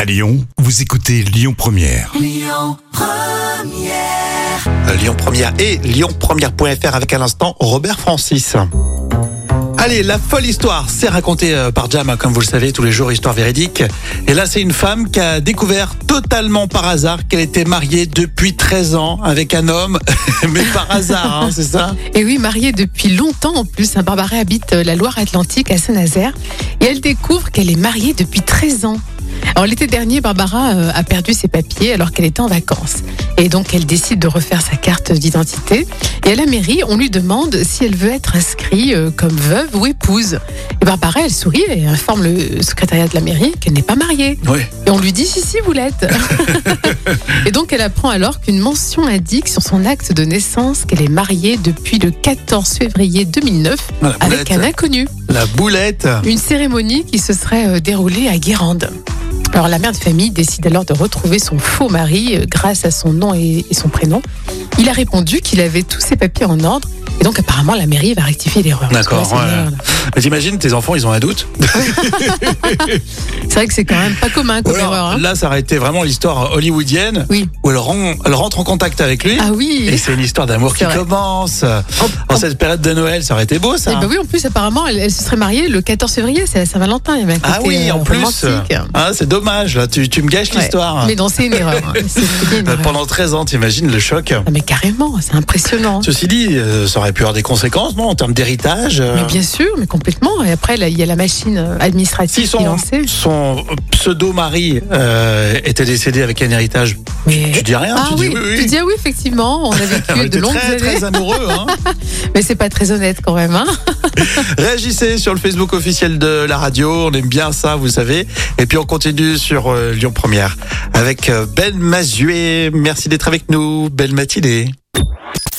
À Lyon, vous écoutez Lyon Première. Lyon Première et lyonpremière.fr avec à l'instant Robert Francis. Allez, la folle histoire, c'est raconté euh, par Jam, hein, comme vous le savez, tous les jours, histoire véridique. Et là, c'est une femme qui a découvert totalement par hasard qu'elle était mariée depuis 13 ans avec un homme, mais par hasard, hein, c'est ça Et oui, mariée depuis longtemps en plus, un Barbaret habite euh, la Loire-Atlantique à Saint-Nazaire et elle découvre qu'elle est mariée depuis 13 ans. Alors l'été dernier, Barbara euh, a perdu ses papiers alors qu'elle était en vacances. Et donc elle décide de refaire sa carte d'identité. Et à la mairie, on lui demande si elle veut être inscrite euh, comme veuve ou épouse. Et Barbara, elle sourit et informe le secrétariat de la mairie qu'elle n'est pas mariée. Oui. Et on lui dit si si vous l'êtes. et donc elle apprend alors qu'une mention indique sur son acte de naissance qu'elle est mariée depuis le 14 février 2009 La boulette. avec un inconnu. La boulette. Une cérémonie qui se serait euh, déroulée à Guérande. Alors la mère de famille décide alors de retrouver son faux mari euh, grâce à son nom et, et son prénom. Il a répondu qu'il avait tous ses papiers en ordre et donc apparemment la mairie va rectifier l'erreur. Parce que D'accord, là, c'est une ouais. erreur, là. Mais T'imagines, tes enfants, ils ont un doute C'est vrai que c'est quand même pas commun comme Ou alors, erreur. hein. Là, ça aurait été vraiment l'histoire hollywoodienne Oui. où elle, ren- elle rentre en contact avec lui. Ah oui. Et c'est une histoire d'amour C'est qui vrai. Oh, commence. En cette période de Noël, ça aurait été beau, Eh ça. ben oui, en plus apparemment elle, elle se serait mariée le 14 février, c'est à Saint-Valentin. Il y avait un Ah côté, oui, euh, en plus. romantique. Ah, c'est dommage, là, tu, tu me gâches Ouais. l'histoire. Mais non, c'est une erreur. hein. C'est- c'est une Euh, erreur. Pendant 13 ans, t'imagines le choc. Ah, mais carrément, c'est impressionnant. Ceci dit, euh, ça aurait pu avoir des conséquences, non, en termes d'héritage. euh, Mais bien sûr, mais complètement. Et après, là, il y a la machine euh, administrative si qui est son, lancée. son pseudo-mari euh, était décédé avec un héritage, Mais- tu dis rien, ah tu oui, dis oui, oui. tu dis ah oui, effectivement, on a On vécu de était longues très, années, très amoureux. hein. mais c'est pas très honnête quand même. Hein Réagissez sur le Facebook officiel de la radio, on aime bien ça, vous savez. Et puis on continue sur euh, Lyon Première avec euh, Ben Mazuet. Merci d'être avec nous, belle matinée.